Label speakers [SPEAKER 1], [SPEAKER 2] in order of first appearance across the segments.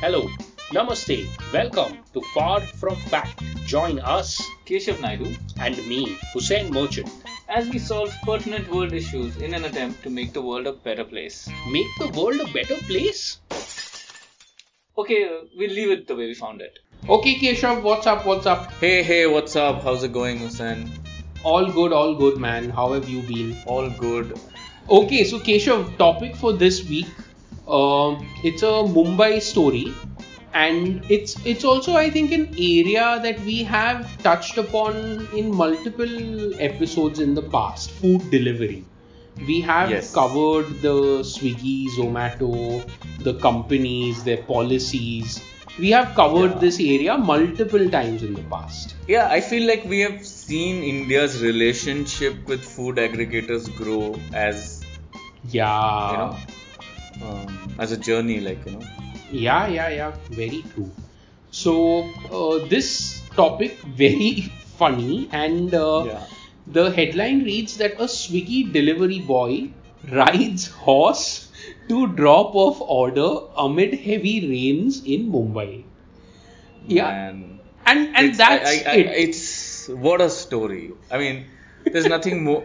[SPEAKER 1] Hello, namaste, welcome to Far From Fact. Join us
[SPEAKER 2] Keshav Naidu
[SPEAKER 1] and me, Hussein Merchant.
[SPEAKER 2] as we solve pertinent world issues in an attempt to make the world a better place.
[SPEAKER 1] Make the world a better place?
[SPEAKER 2] Okay, uh, we'll leave it the way we found it.
[SPEAKER 3] Okay, Keshav, what's up? What's up?
[SPEAKER 2] Hey, hey, what's up? How's it going, Hussein?
[SPEAKER 3] All good, all good, man. How have you been?
[SPEAKER 2] All good.
[SPEAKER 3] Okay, so Keshav, topic for this week, um, it's a Mumbai story, and it's it's also I think an area that we have touched upon in multiple episodes in the past. Food delivery. We have
[SPEAKER 2] Yes.
[SPEAKER 3] covered the Swiggy, Zomato, the companies, their policies. We have covered
[SPEAKER 2] Yeah.
[SPEAKER 3] this area multiple times in the past.
[SPEAKER 2] Yeah, I feel like we have seen India's relationship with food aggregators grow as
[SPEAKER 3] Yeah.
[SPEAKER 2] you know, um, as a journey, like you know.
[SPEAKER 3] Yeah, yeah, yeah. Very true. So uh, this topic very funny, and uh,
[SPEAKER 2] Yeah.
[SPEAKER 3] the headline reads that a Swiggy delivery boy rides horse to drop off order amid heavy rains in Mumbai. Yeah,
[SPEAKER 2] Man.
[SPEAKER 3] and and
[SPEAKER 2] It's-
[SPEAKER 3] that's
[SPEAKER 2] I- I- I-
[SPEAKER 3] it.
[SPEAKER 2] It's what a story. I mean, there's nothing more.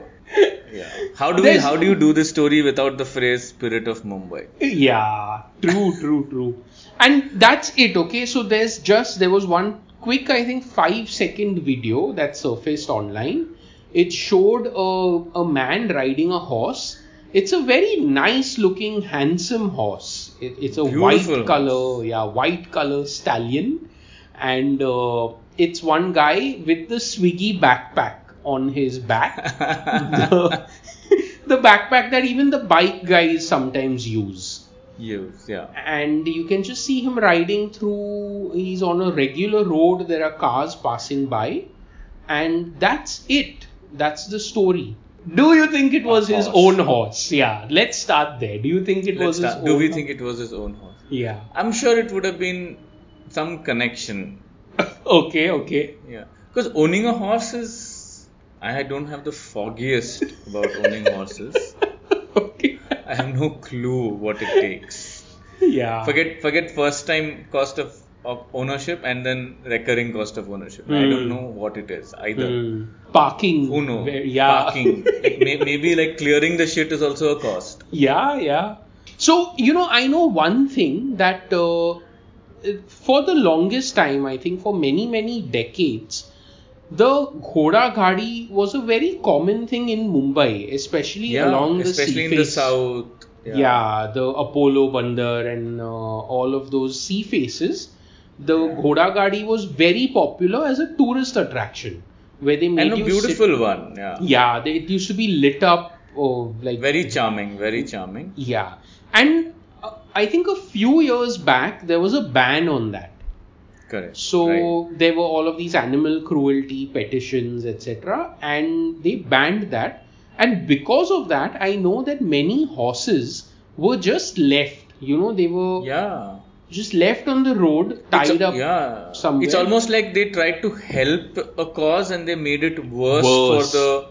[SPEAKER 2] Yeah. How do we,
[SPEAKER 3] There's-
[SPEAKER 2] how do you do this story without the phrase "spirit of Mumbai"?
[SPEAKER 3] Yeah, true, true, true. And that's it, okay? So there's just, there was one quick, I think, five second video that surfaced online. It showed a, a man riding a horse. It's a very nice looking, handsome horse. It, it's a
[SPEAKER 2] Beautiful
[SPEAKER 3] white color, yeah, white color stallion. And uh, it's one guy with the Swiggy backpack on his back the, the backpack that even the bike guys sometimes use.
[SPEAKER 2] Yes. Yeah.
[SPEAKER 3] And you can just see him riding through, he's on a regular road, there are cars passing by, and that's it. That's the story. Do you think it was his
[SPEAKER 2] horse.
[SPEAKER 3] own horse? Yeah, let's start there. Do you think it
[SPEAKER 2] Let's
[SPEAKER 3] was his
[SPEAKER 2] start.
[SPEAKER 3] own
[SPEAKER 2] Do we think it was his own horse?
[SPEAKER 3] Yeah.
[SPEAKER 2] I'm sure it would have been some connection.
[SPEAKER 3] okay, okay.
[SPEAKER 2] Yeah. Because owning a horse is. I don't have the foggiest about owning horses.
[SPEAKER 3] okay.
[SPEAKER 2] I have no clue what it takes.
[SPEAKER 3] Yeah.
[SPEAKER 2] Forget forget first time cost of, of ownership and then recurring cost of ownership. I
[SPEAKER 3] Hmm.
[SPEAKER 2] don't know what it is either.
[SPEAKER 3] Hmm. Parking.
[SPEAKER 2] Who knows?
[SPEAKER 3] Where- Yeah.
[SPEAKER 2] Parking. like may, maybe like clearing the shit is also a cost.
[SPEAKER 3] Yeah, yeah. So, you know, I know one thing that uh, for the longest time, I think for many, many decades, the Ghoda Gadi was a very common thing in Mumbai, especially along the
[SPEAKER 2] especially
[SPEAKER 3] sea
[SPEAKER 2] in the
[SPEAKER 3] face.
[SPEAKER 2] south.
[SPEAKER 3] Yeah. the Apollo Bandar and uh, all of those sea faces. The Ghoda Gadi was very popular as a tourist attraction where they made
[SPEAKER 2] And a
[SPEAKER 3] you sit-
[SPEAKER 2] beautiful one. Yeah.
[SPEAKER 3] Yeah, they, it used to be lit up oh, like
[SPEAKER 2] Very charming, very charming.
[SPEAKER 3] yeah. And uh, I think a few years back, there was a ban on that.
[SPEAKER 2] Correct. Right.
[SPEAKER 3] So there were all of these animal cruelty petitions, etc. And they banned that. And because of that, I know that many horses were just left. You know, they were
[SPEAKER 2] yeah.
[SPEAKER 3] just left on the road, tied
[SPEAKER 2] It's-
[SPEAKER 3] up.
[SPEAKER 2] yeah.
[SPEAKER 3] somewhere.
[SPEAKER 2] It's almost like they tried to help a cause and they made it worse,
[SPEAKER 3] Worse.
[SPEAKER 2] for the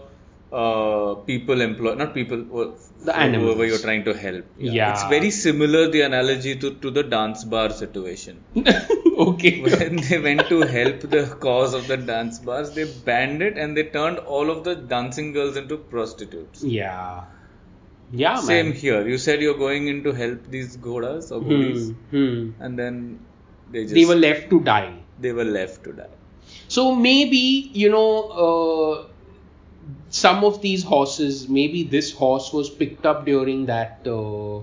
[SPEAKER 2] uh, people employed, not people, uh, who-
[SPEAKER 3] The
[SPEAKER 2] whoever
[SPEAKER 3] animals.
[SPEAKER 2] you're trying to help.
[SPEAKER 3] Yeah.
[SPEAKER 2] It's very similar, the analogy to, to the dance bar situation.
[SPEAKER 3] okay.
[SPEAKER 2] When they went to help the cause of the dance bars, they banned it and they turned all of the dancing girls into prostitutes.
[SPEAKER 3] yeah. Yeah,
[SPEAKER 2] Same
[SPEAKER 3] man.
[SPEAKER 2] here. You said you're going in to help these ghodas or
[SPEAKER 3] Hmm,
[SPEAKER 2] ghodis,
[SPEAKER 3] hmm.
[SPEAKER 2] and then they just
[SPEAKER 3] They were left to die.
[SPEAKER 2] they were left to die.
[SPEAKER 3] So maybe, you know, uh, some of these horses, maybe this horse was picked up during that uh,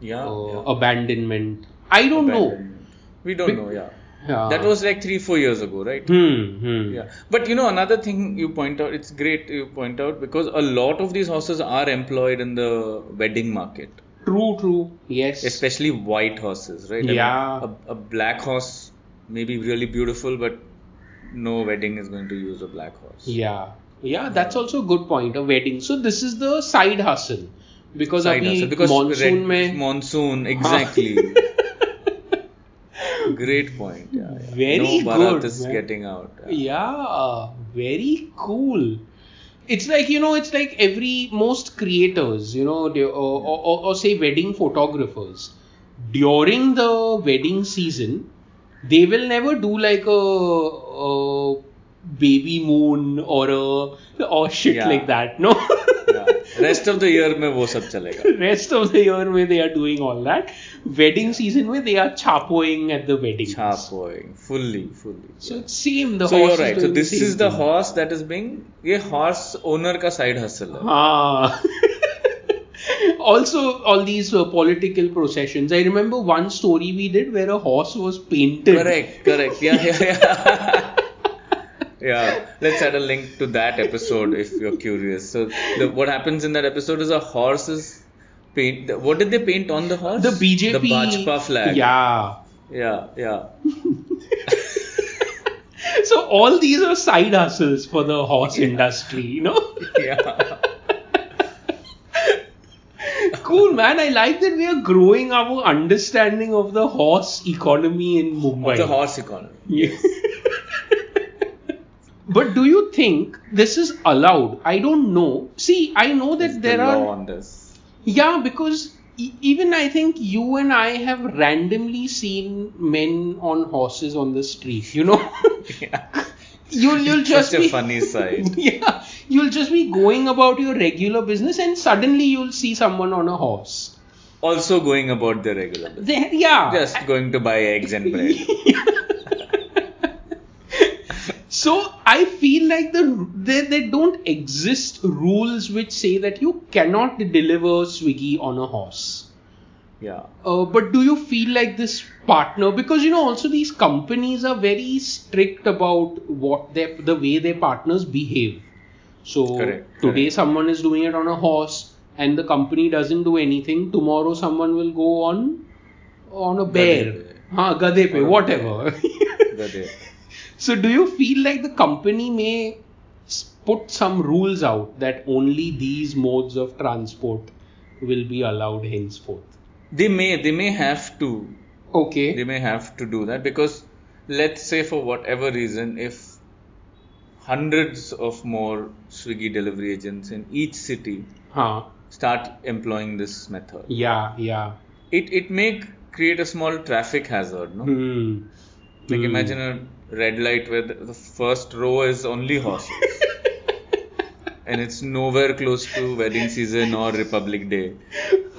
[SPEAKER 2] Yeah,
[SPEAKER 3] uh,
[SPEAKER 2] yeah.
[SPEAKER 3] abandonment. I don't know.
[SPEAKER 2] Abandonment. We don't
[SPEAKER 3] Be-
[SPEAKER 2] know. Yeah.
[SPEAKER 3] Yeah.
[SPEAKER 2] that was like three, four years ago, right?
[SPEAKER 3] Hmm, hmm.
[SPEAKER 2] Yeah. But you know, another thing you point out, it's great you point out because a lot of these horses are employed in the wedding market,
[SPEAKER 3] True, true. Yes.
[SPEAKER 2] especially white horses, right?
[SPEAKER 3] Yeah.
[SPEAKER 2] a, a black horse may be really beautiful, but no wedding is going to use a black horse.
[SPEAKER 3] yeah. Yeah, that's also a good point. A wedding. So this is the side hustle. Because
[SPEAKER 2] Side
[SPEAKER 3] abhi
[SPEAKER 2] hustle, because
[SPEAKER 3] monsoon
[SPEAKER 2] red-
[SPEAKER 3] mein,
[SPEAKER 2] monsoon exactly. Great point. Yeah, yeah.
[SPEAKER 3] Very
[SPEAKER 2] no Bharat
[SPEAKER 3] good,
[SPEAKER 2] is
[SPEAKER 3] man.
[SPEAKER 2] getting out.
[SPEAKER 3] Yeah, very cool. It's like, you know, it's like every most creators, you know, they, or, or, or say wedding photographers. during the wedding season, they will never do like a, a baby moon or a or shit
[SPEAKER 2] Yeah.
[SPEAKER 3] like that. No.
[SPEAKER 2] Rest of the year में वो सब चलेगा
[SPEAKER 3] Rest of the year where they are doing all that. Wedding season where they are chapoing at the wedding.
[SPEAKER 2] छाप होएंगे fully fully
[SPEAKER 3] So it's same. The
[SPEAKER 2] so
[SPEAKER 3] horse
[SPEAKER 2] you're right.
[SPEAKER 3] Is
[SPEAKER 2] So
[SPEAKER 3] doing
[SPEAKER 2] this
[SPEAKER 3] the same
[SPEAKER 2] is the
[SPEAKER 3] thing.
[SPEAKER 2] horse that is being ये horse owner का side hustle है.
[SPEAKER 3] Ah. also, all these uh, political processions. I remember one story we did where a horse was painted.
[SPEAKER 2] Correct, correct. Yeah, yeah, yeah. yeah. Let's add a link to that episode if you're curious. So the, what happens in that episode is a horse is paint. What did they paint on the horse?
[SPEAKER 3] The BJP.
[SPEAKER 2] The Bajpa flag.
[SPEAKER 3] Yeah.
[SPEAKER 2] Yeah, yeah.
[SPEAKER 3] So all these are side hustles for the horse industry, you know.
[SPEAKER 2] Yeah.
[SPEAKER 3] cool, man. I like that we are growing our understanding of the horse economy in Mumbai.
[SPEAKER 2] The horse economy.
[SPEAKER 3] Yeah. but do you think this is allowed? I don't know. See, I know that
[SPEAKER 2] Is
[SPEAKER 3] there
[SPEAKER 2] the
[SPEAKER 3] are
[SPEAKER 2] law on this.
[SPEAKER 3] yeah, because e- even I think you and I have randomly seen men on horses on the street. You know, you'll you'll just
[SPEAKER 2] Such
[SPEAKER 3] be
[SPEAKER 2] a funny side.
[SPEAKER 3] yeah, you'll just be going about your regular business, and suddenly you'll see someone on a horse.
[SPEAKER 2] Also going about the regular business.
[SPEAKER 3] There, yeah.
[SPEAKER 2] Just going to buy eggs and bread.
[SPEAKER 3] So I feel like the there, there don't exist rules which say that you cannot deliver Swiggy on a horse.
[SPEAKER 2] Yeah.
[SPEAKER 3] Uh, but do you feel like this partner because you know also these companies are very strict about what their the way their partners behave so
[SPEAKER 2] Correct,
[SPEAKER 3] today
[SPEAKER 2] correct.
[SPEAKER 3] someone is doing it on a horse and the company doesn't do anything tomorrow someone will go on on a bear
[SPEAKER 2] पे.
[SPEAKER 3] huh, gade pe
[SPEAKER 2] On a
[SPEAKER 3] whatever
[SPEAKER 2] That is.
[SPEAKER 3] so do you feel like the company may s- put some rules out that only these modes of transport will be allowed henceforth
[SPEAKER 2] They may they may have to
[SPEAKER 3] okay
[SPEAKER 2] they may have to do that because let's say for whatever reason if hundreds of more swiggy delivery agents in each city
[SPEAKER 3] huh
[SPEAKER 2] start employing this method
[SPEAKER 3] Yeah, yeah.
[SPEAKER 2] it it may create a small traffic hazard no
[SPEAKER 3] Hmm.
[SPEAKER 2] like
[SPEAKER 3] Hmm.
[SPEAKER 2] imagine a red light where the, the first row is only horses and it's nowhere close to wedding season or republic day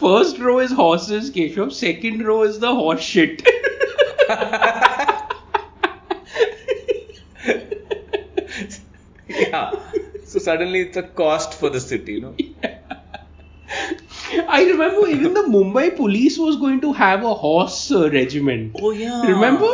[SPEAKER 3] First row is horses, Keshav. Second row is the horse shit.
[SPEAKER 2] yeah so suddenly it's a cost for the city you know
[SPEAKER 3] I remember even the Mumbai police was going to have a horse uh, regiment.
[SPEAKER 2] oh yeah
[SPEAKER 3] Remember?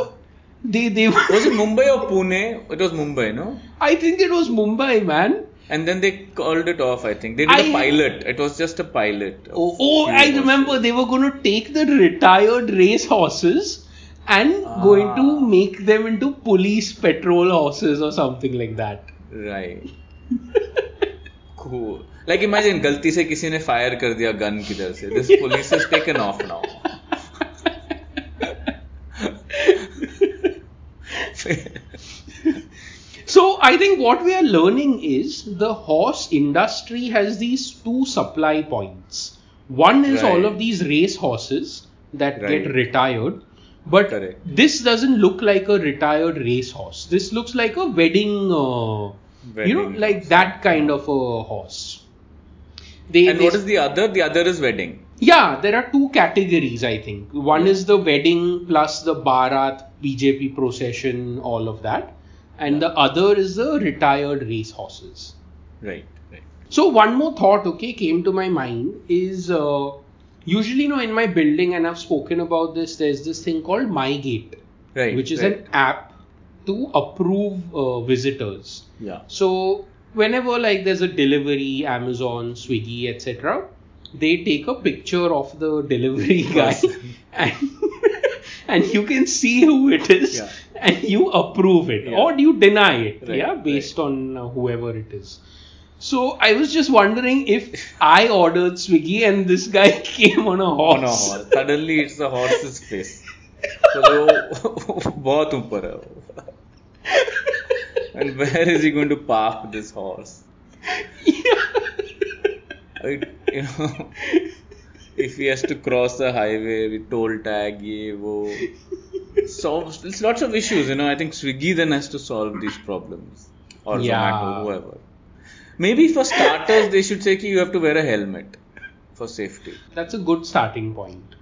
[SPEAKER 3] They they.
[SPEAKER 2] Was it Mumbai or Pune? It was Mumbai, no?
[SPEAKER 3] I think it was Mumbai, man.
[SPEAKER 2] And then they called it off, I think. They did a
[SPEAKER 3] I-
[SPEAKER 2] pilot. It was just a pilot. of
[SPEAKER 3] Oh, oh
[SPEAKER 2] few
[SPEAKER 3] I
[SPEAKER 2] horses.
[SPEAKER 3] remember they were going to take the retired race horses and going to
[SPEAKER 2] Ah.
[SPEAKER 3] make them into police patrol horses or something like that.
[SPEAKER 2] Right. cool. Like imagine, गलती से किसी ने fire कर दिया gun किधर से. This police has taken off now.
[SPEAKER 3] So I think what we are learning is the horse industry has these two supply points. One is
[SPEAKER 2] Right.
[SPEAKER 3] all of these race horses that get
[SPEAKER 2] Right.
[SPEAKER 3] retired, but
[SPEAKER 2] Correct.
[SPEAKER 3] this doesn't look like a retired race horse. This looks like a wedding, uh, you know,
[SPEAKER 2] Wedding
[SPEAKER 3] like
[SPEAKER 2] horse.
[SPEAKER 3] that kind of a horse. They,
[SPEAKER 2] And
[SPEAKER 3] they-
[SPEAKER 2] what is the other? The other is wedding.
[SPEAKER 3] yeah, there are two categories, I think. One is the wedding plus the Bharat, BJP procession, all of that. And the other is the retired race horses.
[SPEAKER 2] Right. Right.
[SPEAKER 3] So, one more thought, okay, came to my mind is uh, usually, you know, in my building, and I've spoken about this, there's this thing called MyGate,
[SPEAKER 2] Right.
[SPEAKER 3] which is
[SPEAKER 2] right.
[SPEAKER 3] an app to approve uh, visitors.
[SPEAKER 2] yeah.
[SPEAKER 3] So whenever like there's a delivery, Amazon, Swiggy, etc., they take a picture of the delivery guy, and and you can see who it is,
[SPEAKER 2] Yeah.
[SPEAKER 3] and you approve it
[SPEAKER 2] Yeah.
[SPEAKER 3] or you deny it,
[SPEAKER 2] Right,
[SPEAKER 3] yeah, based on uh, whoever it is. So I was just wondering if I ordered Swiggy and this guy came on a horse.
[SPEAKER 2] On a horse. Oh, Suddenly it's a horse's face. So वो बहुत ऊपर है वो. And where is he going to park this horse? It, you know, if he has to cross the highway with toll tag, ye, wo. So it's lots of issues, you know. I think Swiggy then has to solve these problems, or
[SPEAKER 3] Yeah.
[SPEAKER 2] Zomato, whoever. Maybe for starters, they should say ki you have to wear a helmet for safety.
[SPEAKER 3] that's a good starting point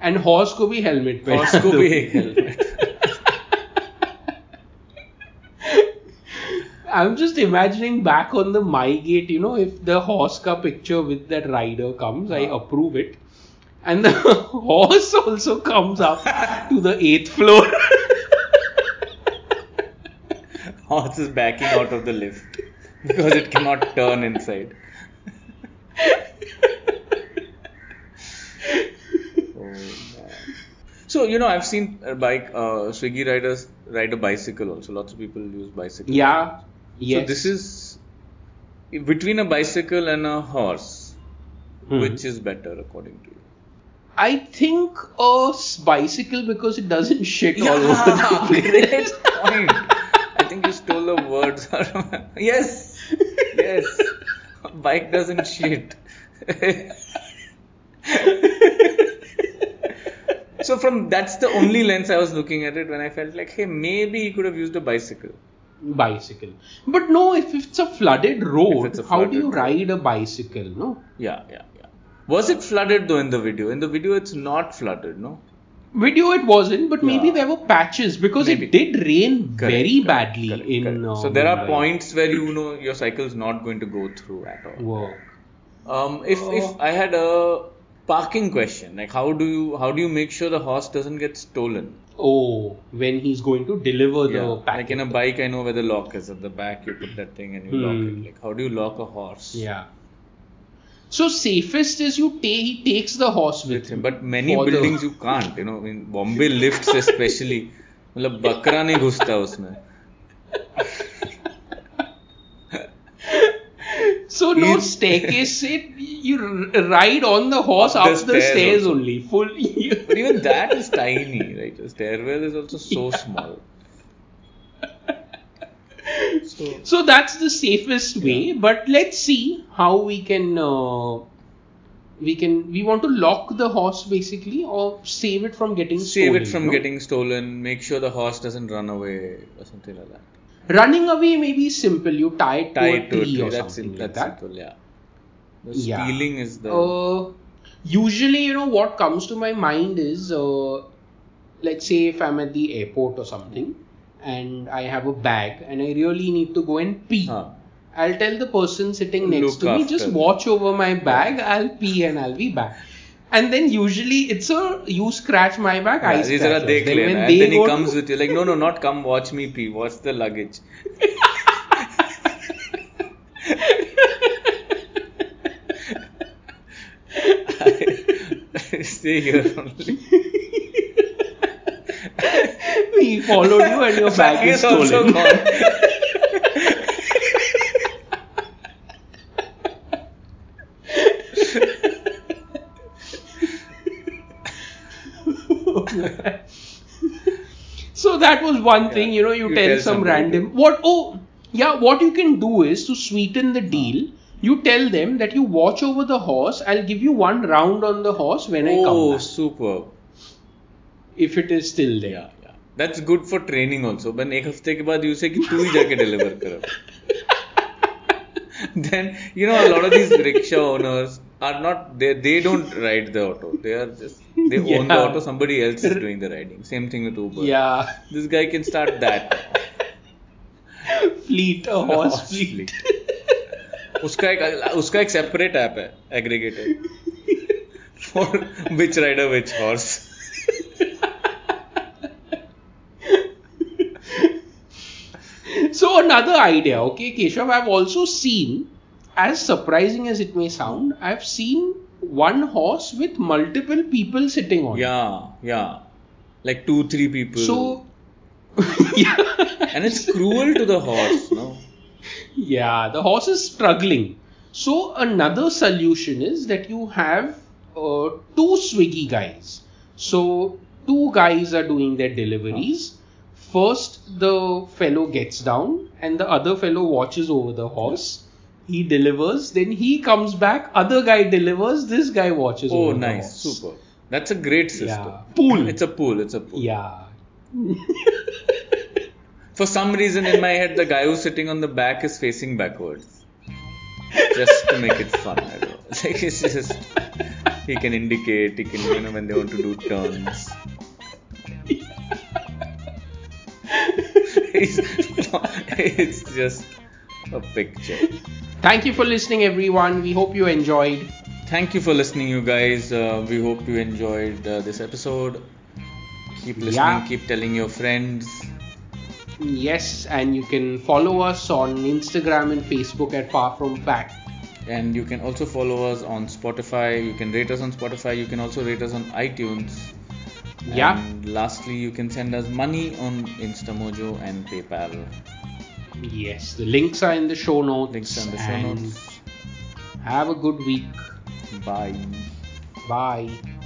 [SPEAKER 3] and horse को भी helmet पहना
[SPEAKER 2] Horse को
[SPEAKER 3] दो।
[SPEAKER 2] भी एक helmet.
[SPEAKER 3] I'm just imagining back on the my gate, you know, if the horse ka picture with that rider comes, I
[SPEAKER 2] Ah.
[SPEAKER 3] approve it. And the horse also comes up to the eighth floor.
[SPEAKER 2] Horse is backing out of the lift because it cannot turn inside. Oh, man. So you know, I've seen uh, bike uh, Swiggy riders ride a bicycle. Also, lots of people use bicycle.
[SPEAKER 3] yeah.
[SPEAKER 2] So
[SPEAKER 3] Yes.
[SPEAKER 2] this is between a bicycle and a horse,
[SPEAKER 3] Hmm.
[SPEAKER 2] which is better according to you?
[SPEAKER 3] I think a s- bicycle because it doesn't shit all over the place.
[SPEAKER 2] great point. I think you stole the words. out of- yes, yes. Bike doesn't shit. so from that's the only lens I was looking at it when I felt like, hey, maybe he could have used a bicycle.
[SPEAKER 3] Bicycle. But no, if it's a flooded road,
[SPEAKER 2] it's a
[SPEAKER 3] how do
[SPEAKER 2] flooded
[SPEAKER 3] you
[SPEAKER 2] road.
[SPEAKER 3] ride a bicycle? No.
[SPEAKER 2] Yeah, yeah, yeah. Was it flooded though in the video? In the video, it's not flooded, no.
[SPEAKER 3] Video it wasn't, but maybe
[SPEAKER 2] Yeah.
[SPEAKER 3] there were patches because it
[SPEAKER 2] Maybe.
[SPEAKER 3] did rain
[SPEAKER 2] Correct,
[SPEAKER 3] very
[SPEAKER 2] correct,
[SPEAKER 3] badly
[SPEAKER 2] correct,
[SPEAKER 3] in.
[SPEAKER 2] correct.
[SPEAKER 3] uh,
[SPEAKER 2] so there are
[SPEAKER 3] Mumbai.
[SPEAKER 2] points where you know your cycle's not going to go through at all.
[SPEAKER 3] Wow.
[SPEAKER 2] Um, if
[SPEAKER 3] Oh.
[SPEAKER 2] if I had a parking question, like how do you how do you make sure the horse doesn't get stolen?
[SPEAKER 3] Oh, when he's going to deliver the
[SPEAKER 2] like
[SPEAKER 3] packet.
[SPEAKER 2] in a bike, I know where the lock is at the back. You put that thing and you lock
[SPEAKER 3] Hmm.
[SPEAKER 2] it. Like how do you lock a horse?
[SPEAKER 3] yeah. So safest is you take he takes the horse with,
[SPEAKER 2] With him. But many
[SPEAKER 3] for the-
[SPEAKER 2] buildings you can't. You know, in Bombay lifts especially, मतलब बकरा नहीं घुसता उसमें.
[SPEAKER 3] So no
[SPEAKER 2] He's-
[SPEAKER 3] staircase it you r- ride on the horse
[SPEAKER 2] Up
[SPEAKER 3] up,
[SPEAKER 2] the
[SPEAKER 3] the,
[SPEAKER 2] stairs
[SPEAKER 3] stairs
[SPEAKER 2] also.
[SPEAKER 3] only. Full
[SPEAKER 2] But even that is tiny, right? The stairwell is also so small. So
[SPEAKER 3] So that's the safest way, but let's see how we can uh, we can we want to lock the horse basically or save it from getting
[SPEAKER 2] save
[SPEAKER 3] stolen,
[SPEAKER 2] it from
[SPEAKER 3] no?
[SPEAKER 2] getting stolen. Make sure the horse doesn't run away or something like that.
[SPEAKER 3] running away may be simple you tie it to,
[SPEAKER 2] Tie
[SPEAKER 3] a,
[SPEAKER 2] it
[SPEAKER 3] tree
[SPEAKER 2] to a tree.
[SPEAKER 3] or
[SPEAKER 2] That's
[SPEAKER 3] something
[SPEAKER 2] simple.
[SPEAKER 3] like that
[SPEAKER 2] That's simple. Yeah. The
[SPEAKER 3] Yeah.
[SPEAKER 2] stealing is the
[SPEAKER 3] uh, usually you know what comes to my mind is uh, let's say if i'm at the airport or something and i have a bag and i really need to go and pee
[SPEAKER 2] Huh.
[SPEAKER 3] I'll tell the person sitting next
[SPEAKER 2] Look
[SPEAKER 3] to me, just
[SPEAKER 2] after.
[SPEAKER 3] watch over my bag, I'll pee and I'll be back. And then usually it's a you scratch my back, I
[SPEAKER 2] Yeah,
[SPEAKER 3] scratch
[SPEAKER 2] these are
[SPEAKER 3] yours.
[SPEAKER 2] they
[SPEAKER 3] Then
[SPEAKER 2] clear,
[SPEAKER 3] when
[SPEAKER 2] and
[SPEAKER 3] they
[SPEAKER 2] then he
[SPEAKER 3] go to-
[SPEAKER 2] comes with you like, no, no, not come watch me pee. Watch the luggage. Stay here only.
[SPEAKER 3] we followed you and your bag is
[SPEAKER 2] also
[SPEAKER 3] stolen.
[SPEAKER 2] gone.
[SPEAKER 3] So that was one
[SPEAKER 2] Yeah.
[SPEAKER 3] thing, you know, you,
[SPEAKER 2] You
[SPEAKER 3] tell,
[SPEAKER 2] tell
[SPEAKER 3] some
[SPEAKER 2] somebody.
[SPEAKER 3] random what oh yeah, what you can do is to sweeten the deal, you tell them that you watch over the horse, I'll give you one round on the horse when I come
[SPEAKER 2] oh,
[SPEAKER 3] back,
[SPEAKER 2] superb.
[SPEAKER 3] if it is still there.
[SPEAKER 2] Yeah, yeah. That's good for training also. But एक हफ्ते के बाद you say कि तू ही जाके deliver करो. Then you know a lot of these rickshaw owners are not they they don't ride the auto. They are just they own the
[SPEAKER 3] Yeah.
[SPEAKER 2] auto. Somebody else is doing the riding. Same thing with Uber.
[SPEAKER 3] Yeah.
[SPEAKER 2] This guy can start that.
[SPEAKER 3] fleet, a horse, fleet.
[SPEAKER 2] उसका एक उसका एक separate app है aggregator for which rider which horse.
[SPEAKER 3] So another idea, okay, Keshav, I've also seen, as surprising as it may sound, I've seen one horse with multiple people sitting on. it.
[SPEAKER 2] Yeah, yeah. Like two three people.
[SPEAKER 3] So, yeah,
[SPEAKER 2] and it's cruel to the horse no
[SPEAKER 3] yeah, the horse is struggling. So another solution is that you have uh, two Swiggy guys. So two guys are doing their deliveries. First, the fellow gets down, and the other fellow watches over the horse. He delivers, then he comes back, other guy delivers, this guy watches.
[SPEAKER 2] Oh,
[SPEAKER 3] over the
[SPEAKER 2] nice,
[SPEAKER 3] horse.
[SPEAKER 2] super. That's a great system.
[SPEAKER 3] Yeah. Pool.
[SPEAKER 2] It's a pool. It's a pool.
[SPEAKER 3] Yeah.
[SPEAKER 2] For some reason in my head, the guy who's sitting on the back is facing backwards, just to make it fun. I don't know. Like it's just he can indicate. He can you know when they want to do turns. it's, it's just a picture.
[SPEAKER 3] Thank you for listening, everyone. We hope you enjoyed.
[SPEAKER 2] Thank you for listening, you guys. Uh, we hope you enjoyed uh, this episode. Keep listening.
[SPEAKER 3] Yeah.
[SPEAKER 2] Keep telling your friends.
[SPEAKER 3] Yes, and you can follow us on Instagram and Facebook at Far From Fact.
[SPEAKER 2] And you can also follow us on Spotify. You can rate us on Spotify. You can also rate us on iTunes.
[SPEAKER 3] Yeah.
[SPEAKER 2] And lastly, you can send us money on Instamojo and PayPal.
[SPEAKER 3] Yes, the links are in the show notes.
[SPEAKER 2] Links on the show
[SPEAKER 3] and
[SPEAKER 2] notes.
[SPEAKER 3] Have a good week.
[SPEAKER 2] Bye.
[SPEAKER 3] Bye.